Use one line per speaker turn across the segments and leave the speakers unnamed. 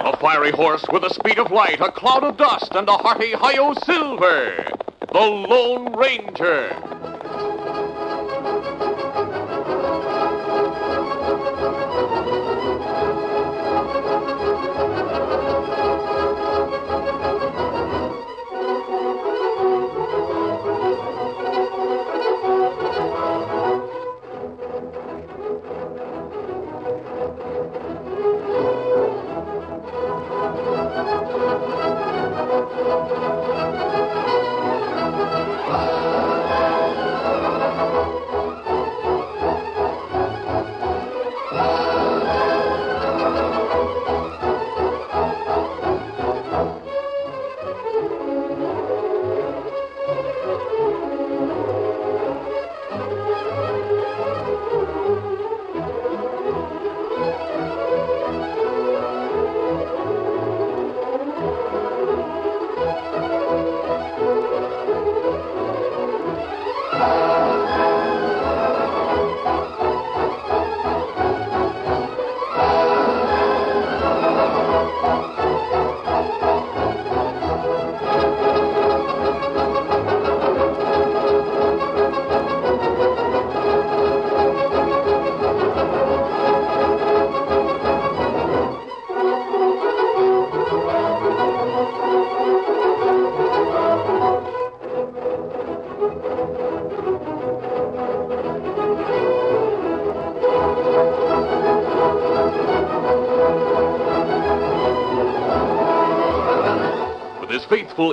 A fiery horse with the speed of light, a cloud of dust, and a hearty Hi-Yo Silver, the Lone Ranger. With his faithful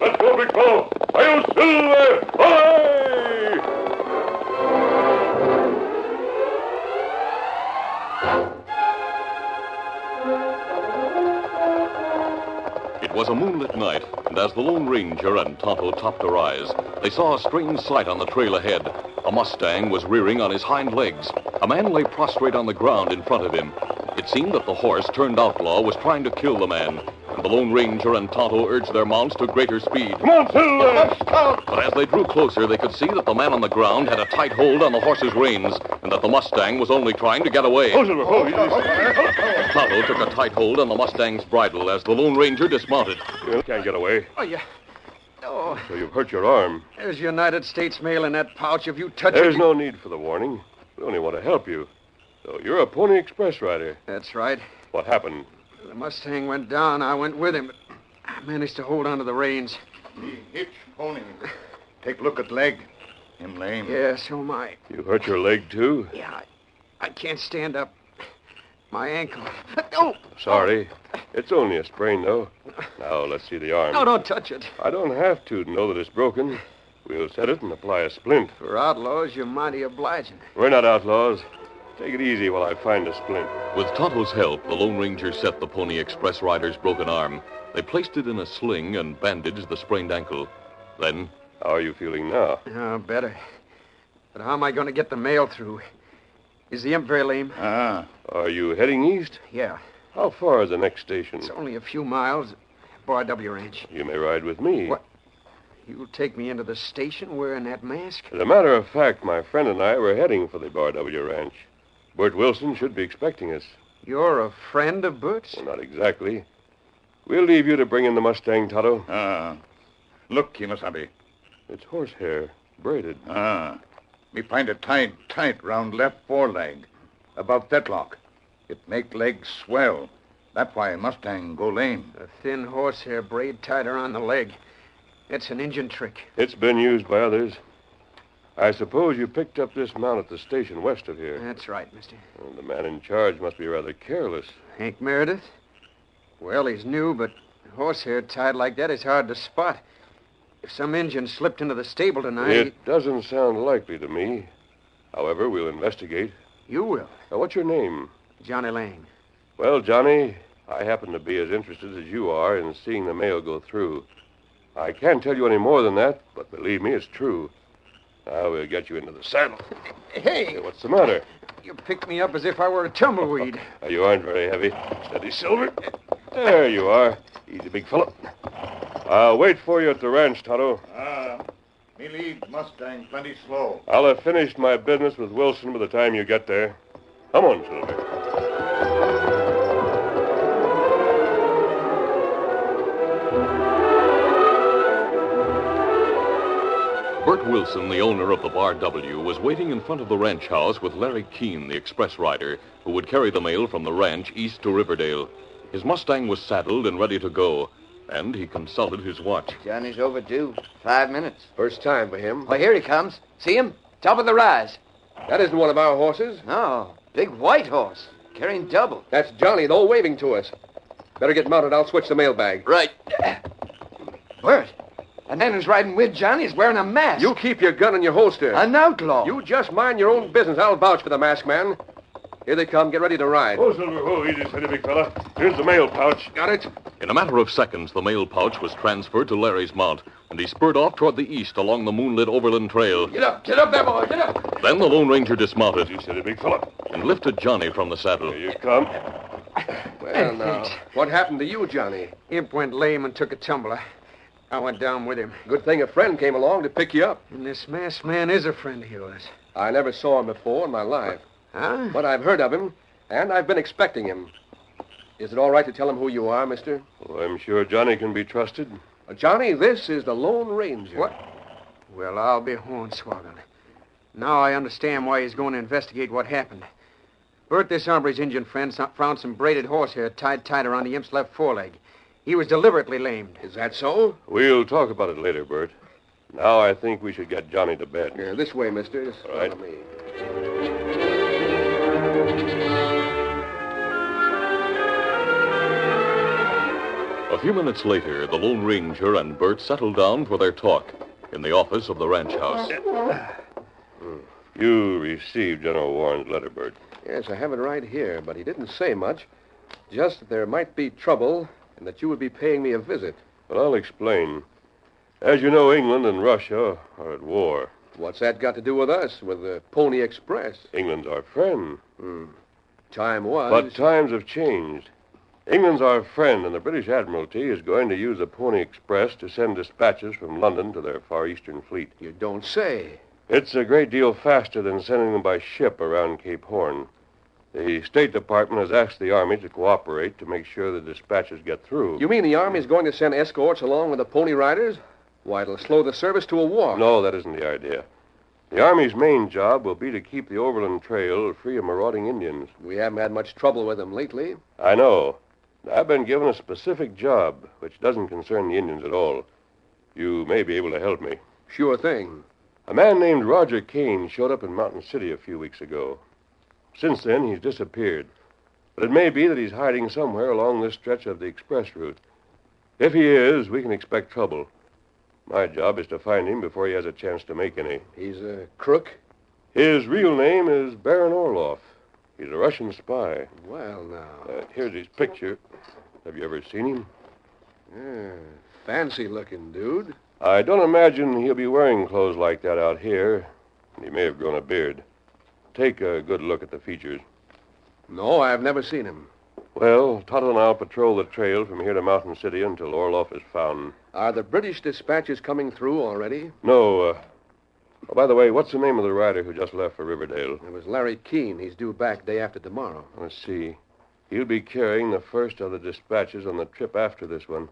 Let's go, Big Fellow. Are you Silver? Away! It was a moonlit night, and as the Lone Ranger and Tonto topped the rise, they saw a strange sight on the trail ahead. A Mustang was rearing on his hind legs. A man lay prostrate on the ground in front of him. It seemed that the horse turned outlaw was trying to kill the man, and the Lone Ranger and Tonto urged their mounts to greater speed. Come on, But as they drew closer, they could see that the man on the ground had a tight hold on the horse's reins, and that the Mustang was only trying to get away.
Oh,
Tonto took a tight hold on the Mustang's bridle as the Lone Ranger dismounted.
You can't get away,
Oh, yeah. Oh,
so you've hurt your arm.
there's United States mail in that pouch. If you touch
There's
it.
no need for the warning. We only want to help you. So you're a Pony Express rider.
That's right.
What happened?
The Mustang went down. I went with him, but I managed to hold onto the reins.
Hitch, pony. Take a look at leg. Him lame.
Yeah, so my.
You hurt your leg, too?
Yeah, I, I can't stand up. My ankle. Oh,
Sorry. It's only a sprain, though. Now, let's see the arm.
no, don't touch it.
I don't have to know that it's broken. We'll set it and apply a splint.
For outlaws, you're mighty obliging.
We're not outlaws. Take it easy while I find a splint.
With Tonto's help, the Lone Ranger set the Pony Express rider's broken arm. They placed it in a sling and bandaged the sprained ankle. Then,
How are you feeling now?
Oh, better. But how am I going to get the mail through? Is the imp very lame?
Ah,
Are you heading east?
Yeah,
How far is the next station?
it's only a few miles. Bar W Ranch.
You may ride with me.
What? You'll take me into the station wearing that mask?
As a matter of fact, my friend and I were heading for the Bar W Ranch. Bert Wilson should be expecting us.
You're a friend of Bert's?
Well, not exactly. We'll leave you to bring in the Mustang, Toto.
ah. Look, Kimasabi.
It's horsehair, braided.
Ah. Me find it tight, tight round left foreleg. Above fetlock. It make leg swell. That why Mustang go lame.
A thin horsehair braid tied around the leg. That's an Indian trick.
It's been used by others. I suppose you picked up this mount at the station west of here.
That's right, mister.
Well, the man in charge must be rather careless.
Hank Meredith? Well, he's new, but horsehair tied like that is hard to spot. If some engine slipped into the stable tonight,
It doesn't sound likely to me. However, we'll investigate.
you will.
Now, what's your name?
Johnny Lang.
Well, Johnny, I happen to be as interested as you are in seeing the mail go through. I can't tell you any more than that, but believe me, it's true. Now we'll get you into the saddle.
Hey,
Hey, what's the matter?
you picked me up as if I were a tumbleweed.
Now, you aren't very heavy. Steady, Silver. There you are. Easy, big fellow. I'll wait for you at the ranch, Tonto.
Ah, me lead Mustang plenty slow.
I'll have finished my business with Wilson by the time you get there. Come on, Silver.
Bert Wilson, the owner of the Bar W, was waiting in front of the ranch house with Larry Keene, the express rider, who would carry the mail from the ranch east to Riverdale. His Mustang was saddled and ready to go, and he consulted his watch.
Johnny's overdue. Five minutes.
First time for him.
Well, here he comes. See him? Top of the rise.
That isn't one of our horses.
Oh, big white horse. Carrying double.
That's Johnny, though, waving to us. Better get mounted. I'll switch the mailbag.
Right. Bert, the man who's riding with Johnny is wearing a mask.
You keep your gun in your holster.
An outlaw.
You just mind your own business. I'll vouch for the masked man. Here they come. Get ready to ride.
Oh, Silver, oh, easy, steady, big fella. Here's the mail pouch.
Got it?
In a matter of seconds, the mail pouch was transferred to Larry's mount, and he spurred off toward the east along the moonlit overland trail.
Get up. Get up there, boy. Get up.
Then the Lone Ranger dismounted
You steady, big fella.
and lifted Johnny from the saddle.
Here you come.
Well, now. What happened to you, Johnny?
Imp went lame and took a tumbler. I went down with him.
Good thing a friend came along to pick you up.
And this masked man is a friend of yours.
I never saw him before in my life,
Huh?
but I've heard of him, and I've been expecting him. Is it all right to tell him who you are, mister?
Well, Oh, I'm sure Johnny can be trusted.
Uh, Johnny, this is the Lone Ranger.
What? Well, I'll be hornswoggled. Now I understand why he's going to investigate what happened. Bert, this hombre's Indian friend so- found some braided horsehair tied tight around the imp's left foreleg. He was deliberately lamed.
Is that so?
We'll talk about it later, Bert. Now I think we should get Johnny to bed.
Yeah, this way, mister. Just
All right.
follow me.
A few minutes later, the Lone Ranger and Bert settled down for their talk in the office of the ranch house.
You received General Warren's letter, Bert.
Yes, I have it right here, but he didn't say much. Just that there might be trouble and that you would be paying me a visit.
But I'll explain. As you know, England and Russia are at war.
What's that got to do with us, with the Pony Express?
England's our friend.
Time was.
But times have changed. England's our friend, and the British Admiralty is going to use the Pony Express to send dispatches from London to their Far Eastern fleet.
You don't say.
It's a great deal faster than sending them by ship around Cape Horn. The State Department has asked the Army to cooperate to make sure the dispatches get through.
You mean the Army's going to send escorts along with the Pony Riders? Why, it'll slow the service to a walk.
No, that isn't the idea. The Army's main job will be to keep the Overland Trail free of marauding Indians.
We haven't had much trouble with them lately.
I know. I've been given a specific job which doesn't concern the Indians at all. You may be able to help me.
Sure thing.
A man named Roger Kane showed up in Mountain City a few weeks ago. Since then, he's disappeared. But it may be that he's hiding somewhere along this stretch of the express route. If he is, we can expect trouble. My job is to find him before he has a chance to make any.
He's a crook.
His real name is Baron Orloff. He's a Russian spy.
Well, now.
Uh, here's his picture. Have you ever seen him?
Yeah, fancy looking dude.
I don't imagine he'll be wearing clothes like that out here. He may have grown a beard. Take a good look at the features.
No, I've never seen him.
Well, Toto and I'll patrol the trail from here to Mountain City until Orloff is found.
Are the British dispatches coming through already?
No, uh. Oh, by the way, what's the name of the rider who just left for Riverdale?
It was Larry Keene. He's due back day after tomorrow.
Let's see. He'll be carrying the first of the dispatches on the trip after this one.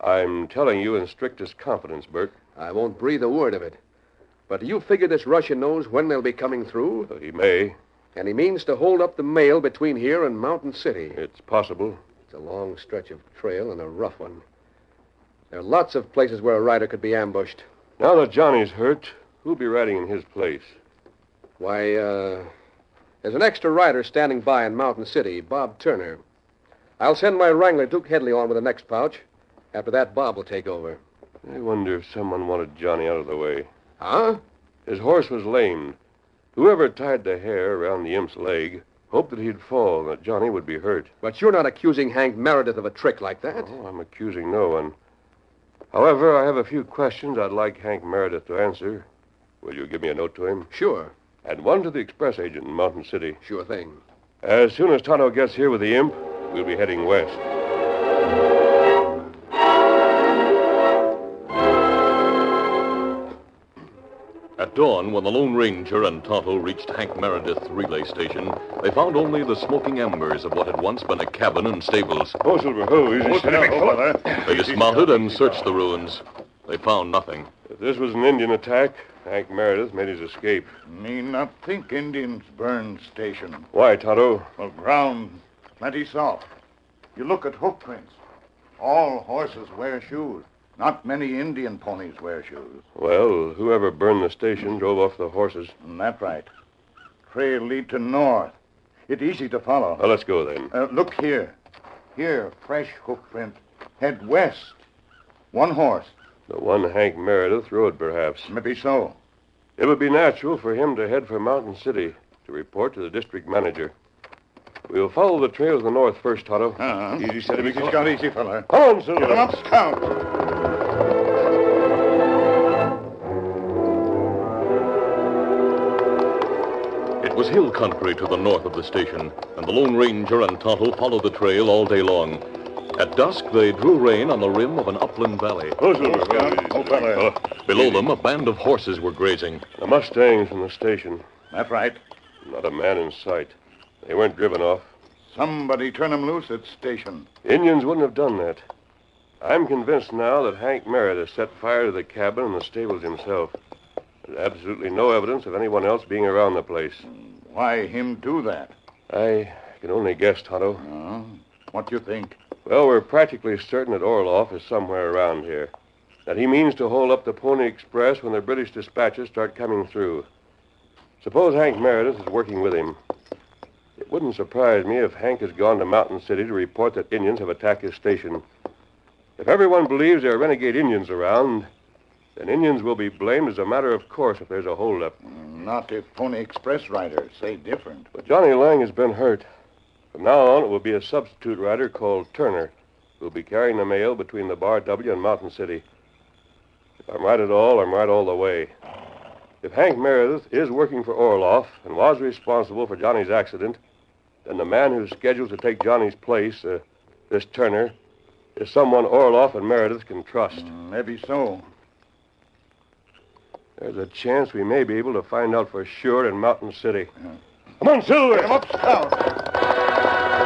I'm telling you in strictest confidence, Bert.
I won't breathe a word of it. But do you figure this Russian knows when they'll be coming through?
He may.
And he means to hold up the mail between here and Mountain City.
It's possible.
It's a long stretch of trail and a rough one. There are lots of places where a rider could be ambushed.
Now that Johnny's hurt, Who'll be riding in his place?
Why, uh, there's an extra rider standing by in Mountain City, Bob Turner. I'll send my wrangler, Duke Headley, on with the next pouch. After that, Bob will take over.
I wonder if someone wanted Johnny out of the way.
Huh?
His horse was lamed. Whoever tied the hair around the imp's leg hoped that he'd fall and that Johnny would be hurt.
But you're not accusing Hank Meredith of a trick like that.
Oh, I'm accusing no one. However, I have a few questions I'd like Hank Meredith to answer. Will you give me a note to him?
Sure,
And one to the express agent in Mountain City.
sure thing.
As soon as Tonto gets here with the imp, we'll be heading west.
At dawn, when the Lone Ranger and Tonto reached Hank Meredith's relay station, they found only the smoking embers of what had once been a cabin and stables.
Oh, Silver, ho, easy.
They dismounted and searched the ruins. They found nothing.
If this was an Indian attack, Hank Meredith made his escape.
Me not think Indians burn station.
Why, Tonto?
Well, ground plenty soft. You look at hoof prints. All horses wear shoes. Not many Indian ponies wear shoes.
Well, whoever burned the station drove off the horses.
And that right. Trail lead to north. It easy to follow.
Well, let's go then.
Uh, look here. Here, fresh hoof print. Head west. One horse.
The one Hank Meredith rode, perhaps.
Maybe so.
It would be natural for him to head for Mountain City to report to the district manager. We'll follow the trail to the north first, Tonto.
Uh-huh.
Easy, steady,
easy,
McCoy.
scout, easy, fella.
Come on, Silver.
Get 'em up, scout.
It was hill country to the north of the station, and the Lone Ranger and Tonto followed the trail all day long. At dusk, they drew rein on the rim of an upland valley.
Oh, Silver.
Scout. Oh, fella.
Below them, a band of horses were grazing.
The Mustangs from the station.
That right.
Not a man in sight. They weren't driven off.
Somebody turn 'em loose at station.
Indians wouldn't have done that. I'm convinced now that Hank Meredith set fire to the cabin and the stables himself. There's absolutely no evidence of anyone else being around the place.
Why him do that?
I can only guess, Tonto.
Huh? What you think?
Well, we're practically certain that Orloff is somewhere around here. That he means to hold up the Pony Express when the British dispatches start coming through. Suppose Hank Meredith is working with him. It wouldn't surprise me if Hank has gone to Mountain City to report that Indians have attacked his station. If everyone believes there are renegade Indians around, then Indians will be blamed as a matter of course if there's a holdup.
Not if Pony Express rider say different.
But Johnny Lang has been hurt. From now on, it will be a substitute rider called Turner who'll be carrying the mail between the Bar W and Mountain City. If I'm right at all, I'm right all the way. If Hank Meredith is working for Orloff and was responsible for Johnny's accident, then the man who's scheduled to take Johnny's place, uh, this Turner, is someone Orloff and Meredith can trust.
Mm, Maybe so.
There's a chance we may be able to find out for sure in Mountain City. Come on, Silver!
Get 'em up, scout.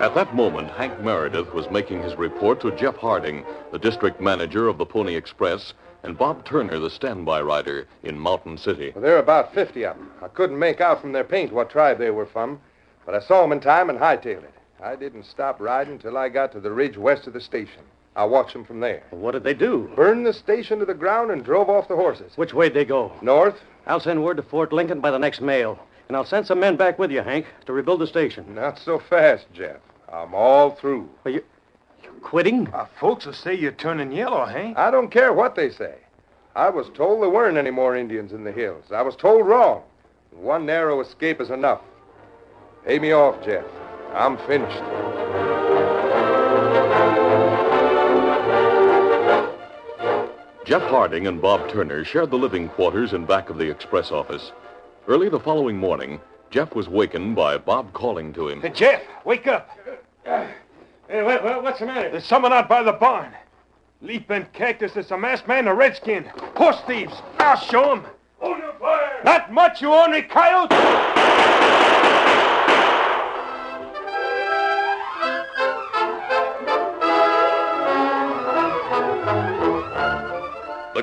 At that moment, Hank Meredith was making his report to Jeff Harding, the district manager of the Pony Express, and Bob Turner, the standby rider, in Mountain City.
Well, there are about 50 of them. I couldn't make out from their paint what tribe they were from, but I saw 'em in time and hightailed it. I didn't stop riding till I got to the ridge west of the station. I watched 'em from there.
What did they do?
Burned the station to the ground and drove off the horses.
Which way'd they go?
North?
I'll send word to Fort Lincoln by the next mail. And I'll send some men back with you, Hank, to rebuild the station.
Not so fast, Jeff. I'm all through.
Are you, you quitting?
Uh, folks will say you're turning yellow, Hank.
I don't care what they say. I was told there weren't any more Indians in the hills. I was told wrong. One narrow escape is enough. Pay me off, Jeff. I'm finished.
Jeff Harding and Bob Turner shared the living quarters in back of the express office. Early the following morning, Jeff was wakened by Bob calling to him.
Jeff, wake up.
Hey, what, what's the matter?
There's someone out by the barn. Leaf bent cactus. It's a masked man, a redskin. Horse thieves. I'll show 'em. Hold your fire. Not much, you ornery coyote.
The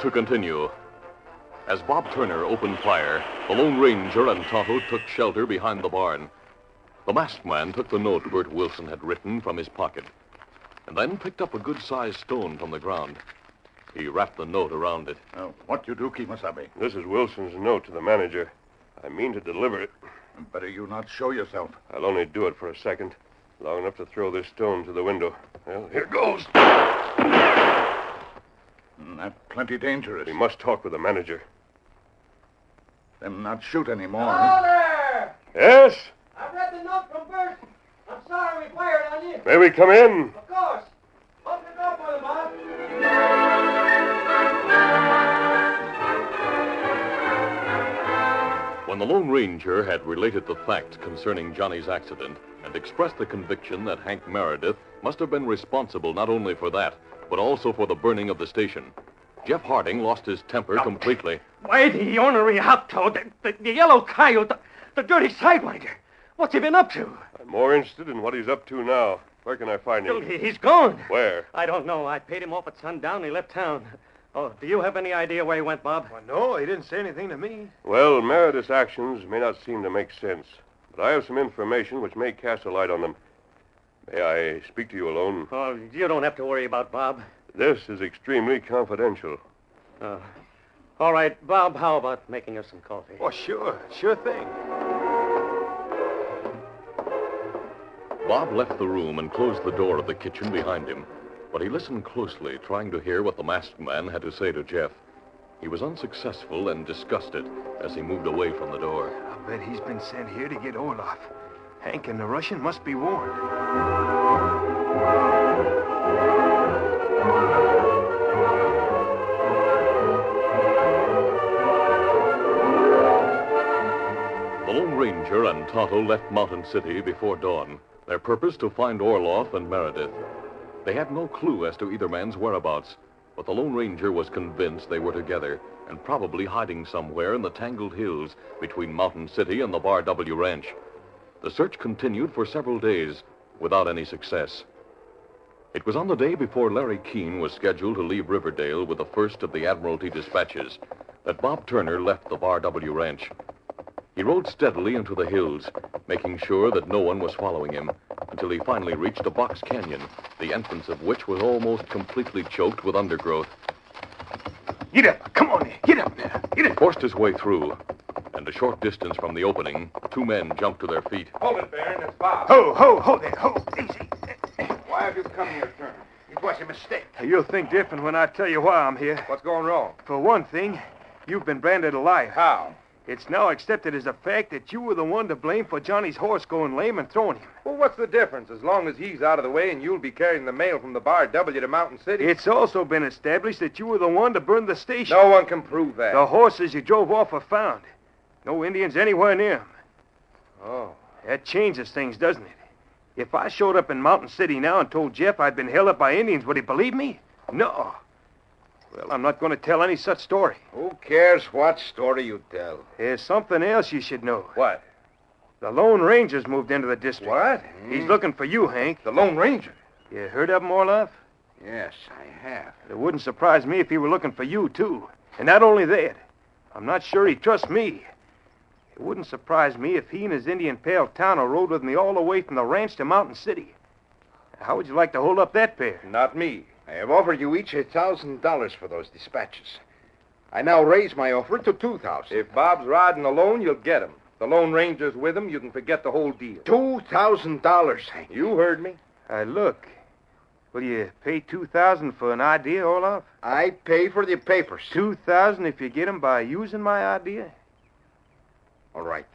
to continue. As Bob Turner opened fire, the Lone Ranger and Tonto took shelter behind the barn. The masked man took the note Bert Wilson had written from his pocket and then picked up a good-sized stone from the ground. He wrapped the note around it.
Now, what you do, Kimasabe?
This is Wilson's note to the manager. I mean to deliver it.
Better you not show yourself.
I'll only do it for a second, long enough to throw this stone to the window. Well, here goes.
Mm, That plenty dangerous.
We must talk with the manager.
Them not shoot anymore.
Owner!
Yes?
I've read the note from Bert. I'm sorry we fired on you.
May we come in?
Of course. Open the door for them, Bob.
When the Lone Ranger had related the facts concerning Johnny's accident and expressed the conviction that Hank Meredith must have been responsible not only for that, but also for the burning of the station, Jeff Harding lost his temper completely.
Why, the ornery hoptoad, the, the, the yellow coyote, the, the dirty sidewinder. What's he been up to?
I'm more interested in what he's up to now. Where can I find
Well,
him?
he- He's gone.
Where?
I don't know. I paid him off at sundown. He left town. Oh, do you have any idea where he went, Bob?
no, he didn't say anything to me.
Well, Meredith's actions may not seem to make sense, but I have some information which may cast a light on them. May I speak to you alone?
Oh, you don't have to worry about Bob.
This is extremely confidential.
All right, Bob, how about making us some coffee?
Oh, sure. Sure thing.
Bob left the room and closed the door of the kitchen behind him, but he listened closely, trying to hear what the masked man had to say to Jeff. He was unsuccessful and disgusted as he moved away from the door.
I bet he's been sent here to get Olaf. Hank and the Russian must be warned.
The Lone Ranger and Tonto left Mountain City before dawn, their purpose to find Orloff and Meredith. They had no clue as to either man's whereabouts, but the Lone Ranger was convinced they were together and probably hiding somewhere in the tangled hills between Mountain City and the Bar W Ranch. The search continued for several days without any success. It was on the day before Larry Keene was scheduled to leave Riverdale with the first of the Admiralty dispatches that Bob Turner left the Bar W Ranch. He rode steadily into the hills, making sure that no one was following him, until he finally reached a box canyon, the entrance of which was almost completely choked with undergrowth.
Get up. Come on, here. get up now. Get
He forced his way through, and a short distance from the opening, two men jumped to their feet.
Oh.
Hold it, Baron. It's Bob.
Ho, ho, ho there. Ho, easy.
Why have you come here, Turner? It was a mistake.
You'll think different when I tell you why I'm here.
What's going wrong?
For one thing, you've been branded a liar.
How?
It's now accepted as a fact that you were the one to blame for Johnny's horse going lame and throwing him.
Well, what's the difference? As long as he's out of the way and you'll be carrying the mail from the Bar W to Mountain City.
It's also been established that you were the one to burn the station.
No one can prove that.
The horses you drove off are found. No Indians anywhere near 'em.
Oh.
That changes things, doesn't it? If I showed up in Mountain City now and told Jeff I'd been held up by Indians, would he believe me? No. Well, I'm not going to tell any such story.
Who cares what story you tell?
There's something else you should know.
What?
The Lone Ranger's moved into the district.
What?
He's looking for you, Hank.
The Lone Ranger.
You heard of him, Orloff?
Yes, I have.
It wouldn't surprise me if he were looking for you, too. And not only that, I'm not sure he trusts me. It wouldn't surprise me if he and his Indian pal Tano rode with me all the way from the ranch to Mountain City. How would you like to hold up that pair?
Not me. I have offered you each a thousand dollars for those dispatches. I now raise my offer to two thousand. If Bob's riding alone, you'll get him. The Lone Ranger's with him, you can forget the whole deal. Two thousand dollars, Hank. You heard me.
Uh, look, will you pay two thousand for an idea, Olaf?
I pay for the papers.
Two thousand if you get 'em by using my idea.
All right.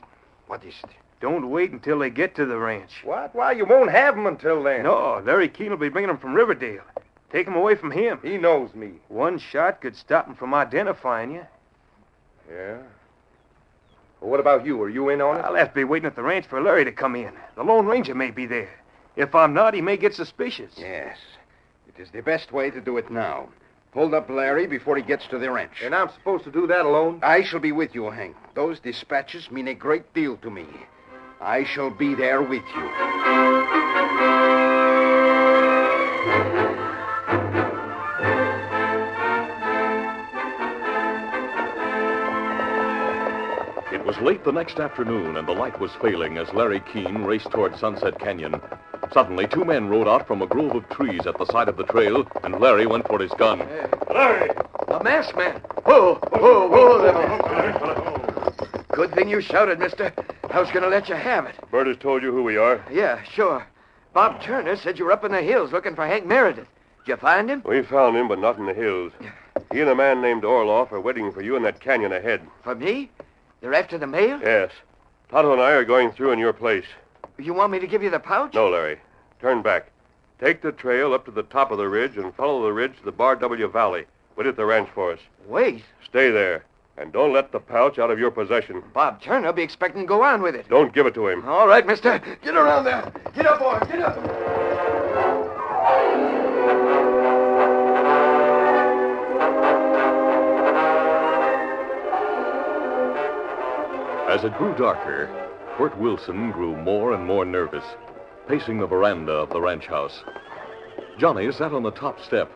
What is it?
Don't wait until they get to the ranch.
What? Why, you won't have him until then.
No, Larry Keene will be bringing 'em from Riverdale. Take 'em away from him.
He knows me.
One shot could stop 'em from identifying you.
Yeah. Well, what about you? Are you in on it?
I'll have to be waiting at the ranch for Larry to come in. The Lone Ranger may be there. If I'm not, he may get suspicious.
Yes. It is the best way to do it now. Hold up Larry before he gets to the ranch. And I'm supposed to do that alone? I shall be with you, Hank. Those dispatches mean a great deal to me. I shall be there with you.
late the next afternoon, and the light was failing as Larry Keene raced toward Sunset Canyon. Suddenly, two men rode out from a grove of trees at the side of the trail, and Larry went for his gun.
Larry!
A masked man. Whoa, whoa, whoa
Oh,
there. Good thing you shouted, mister. I was going to let you have it.
Bert has told you who we are.
Yeah, sure. Bob Turner said you were up in the hills looking for Hank Meredith. Did you find him?
We found him, but not in the hills. He and a man named Orloff are waiting for you in that canyon ahead.
For me? They're after the mail?
Yes. Tonto and I are going through in your place.
You want me to give you the pouch?
No, Larry. Turn back. Take the trail up to the top of the ridge and follow the ridge to the Bar W Valley. Wait at the ranch for us.
Wait.
Stay there. And don't let the pouch out of your possession.
Bob Turner'll be expecting to go on with it.
Don't give it to him.
All right, mister. Get around there. Get up, boy. Get up.
As it grew darker, Bert Wilson grew more and more nervous, pacing the veranda of the ranch house. Johnny sat on the top step,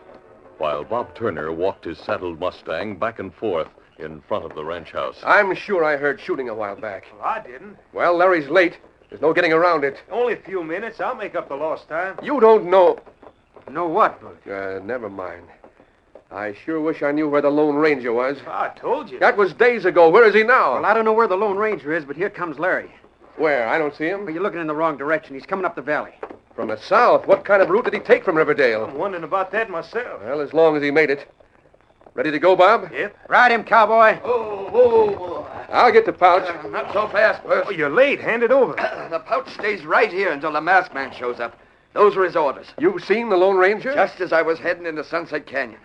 while Bob Turner walked his saddled Mustang back and forth in front of the ranch house.
I'm sure I heard shooting a while back.
Well, I didn't.
Well, Larry's late. There's no getting around it.
Only a few minutes. I'll make up the lost time.
You don't know.
Know what, Bert?
Uh, never mind. I sure wish I knew where the Lone Ranger was.
I told you.
That was days ago. Where is he now?
Well, I don't know where the Lone Ranger is, but here comes Larry.
Where? I don't see him.
But you're looking in the wrong direction. He's coming up the valley.
From the south. What kind of route did he take from Riverdale?
I'm wondering about that myself.
Well, as long as he made it. Ready to go, Bob?
Yep.
Ride him, cowboy.
Oh, whoa, whoa.
I'll get the pouch.
Not so fast,
Oh,
Bert.
you're late. Hand it over.
The pouch stays right here until the masked man shows up. Those were his orders.
You've seen the Lone Ranger?
Just as I was heading into Sunset Canyon.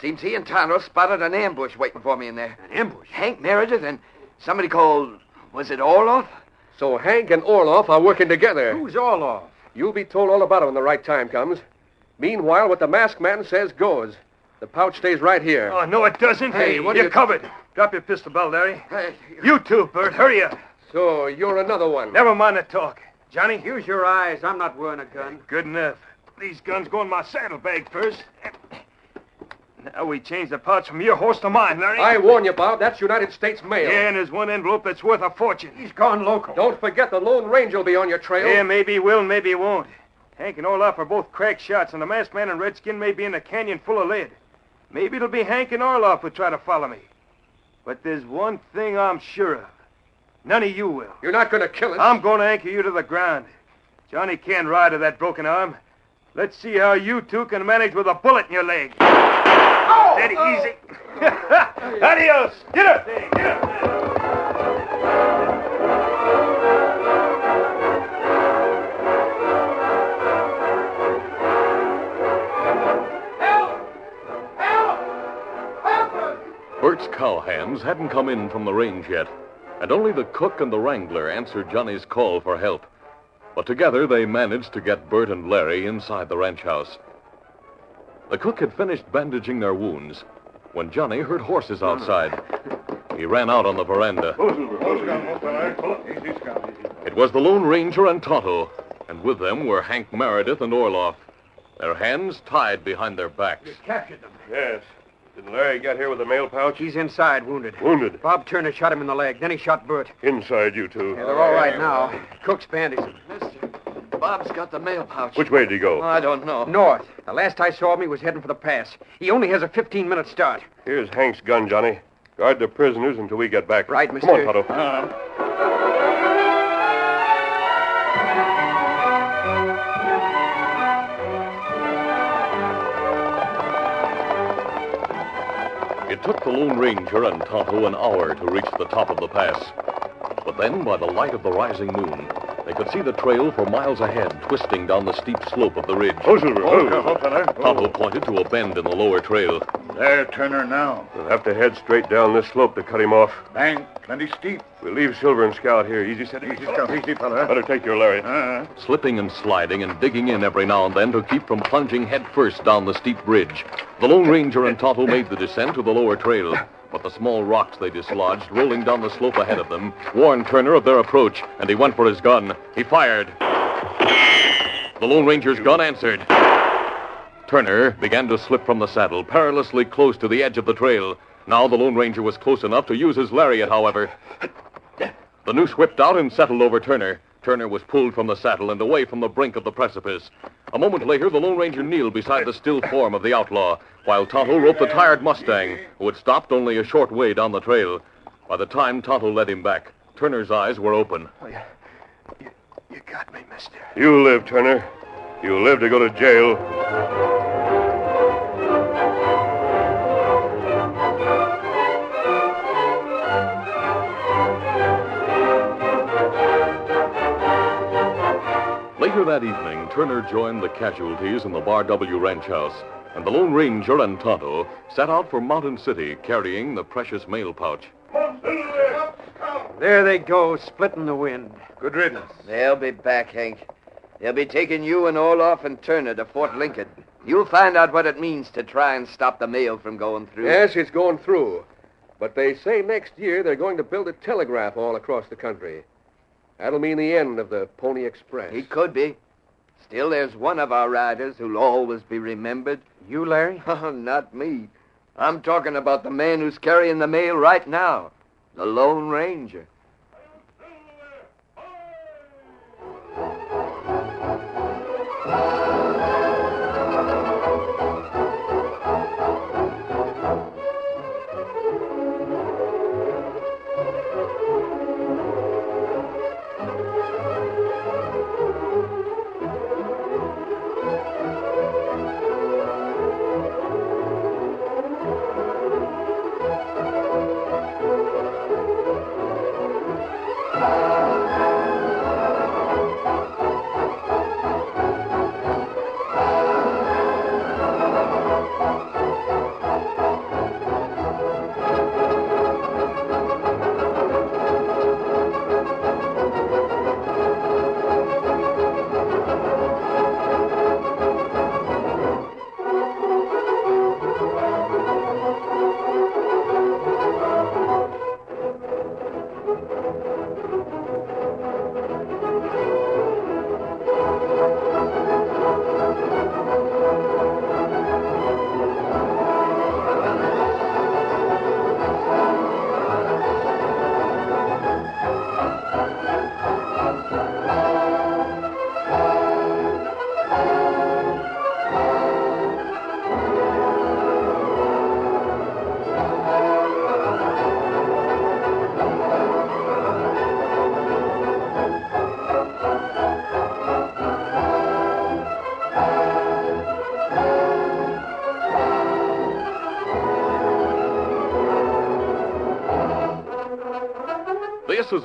Seems he and Tonto spotted an ambush waiting for me in there. An ambush? Hank Meredith and somebody called, was it Orloff?
So Hank and Orloff are working together.
Who's all off?
You'll be told all about it when the right time comes. Meanwhile, what the masked man says goes. The pouch stays right here.
Oh, no, it doesn't.
Hey, what are
you're
you-
covered. Drop your pistol, Bell, Larry.
Hey,
You too, Bert. Hurry up.
So you're another one.
Never mind the talk. Johnny, you.
Use your eyes. I'm not wearing a gun.
Good enough. These guns go in my saddlebag first. Now we change the pouch from your horse to mine, Larry.
I warn you, Bob, that's United States mail.
Yeah, and there's one envelope that's worth a fortune.
He's gone local.
Don't forget the Lone Ranger will be on your trail.
Yeah, maybe he will, maybe he won't. Hank and Orloff are both crack shots, and the masked man and Redskin may be in a canyon full of lead. Maybe it'll be Hank and Orloff who try to follow me. But there's one thing I'm sure of. None of you will.
You're not going to kill us.
I'm going to anchor you to the ground. Johnny can't ride with that broken arm. Let's see how you two can manage with a bullet in your leg.
Oh,
Steady, easy. Adios. Get up. Get up.
Bert's cowhands hadn't come in from the range yet, and only the cook and the wrangler answered Johnny's call for help. But together they managed to get Bert and Larry inside the ranch house. The cook had finished bandaging their wounds when Johnny heard horses outside. He ran out on the veranda. It was the Lone Ranger and Tonto, and with them were Hank Meredith and Orloff, their hands tied behind their backs.
Yes. Did Larry get here with the mail pouch?
He's inside, wounded.
Wounded.
Bob Turner shot him in the leg. Then he shot Bert.
Inside, you two.
Yeah, they're all right now. Cook's bandaged him.
mister. Bob's got the mail pouch.
Which way did he
Oh,
go?
I don't know.
North. The last I saw of him, he was heading for the pass. He only has a 15-minute start.
Here's Hank's gun, Johnny. Guard the prisoners until we get back.
Right,
Come on,
mister.
Tonto.
Ah,
It took the Lone Ranger and Tonto an hour to reach the top of the pass. But then, by the light of the rising moon, they could see the trail for miles ahead twisting down the steep slope of the ridge.
Oh, Silver. Oh,
Tonto pointed to a bend in the lower trail.
There, Turner, now.
We'll have to head straight down this slope to cut him off.
Bank, plenty steep.
We'll leave Silver and Scout here. Easy, set
Easy, Scout, easy, fella.
Better take your Larry.
Ah.
Uh,
Slipping and sliding and digging in every now and then to keep from plunging headfirst down the steep ridge, the Lone Ranger and Tonto made the descent to the lower trail. But the small rocks they dislodged rolling down the slope ahead of them warned Turner of their approach, and he went for his gun. He fired. The Lone Ranger's gun answered. Turner began to slip from the saddle, perilously close to the edge of the trail. Now the Lone Ranger was close enough to use his lariat, however. The noose whipped out and settled over Turner. Turner was pulled from the saddle and away from the brink of the precipice. A moment later, the Lone Ranger kneeled beside the still form of the outlaw, while Tonto roped the tired Mustang, who had stopped only a short way down the trail. By the time Tonto led him back, Turner's eyes were open.
Oh, You got me, mister.
You live, Turner. You live to go to jail.
Later that evening, Turner joined the casualties in the Bar W ranch house, and the Lone Ranger and Tonto set out for Mountain City carrying the precious mail pouch.
There they go, splitting the wind.
Good riddance.
They'll be back, Hank. They'll be taking you and Olaf and Turner to Fort Lincoln. You'll find out what it means to try and stop the mail from going through.
Yes, it's going through. But they say next year they're going to build a telegraph all across the country. That'll mean the end of the Pony Express.
It could be. Still, there's one of our riders who'll always be remembered.
You, Larry?
Oh, not me. I'm talking about the man who's carrying the mail right now the Lone Ranger.
This is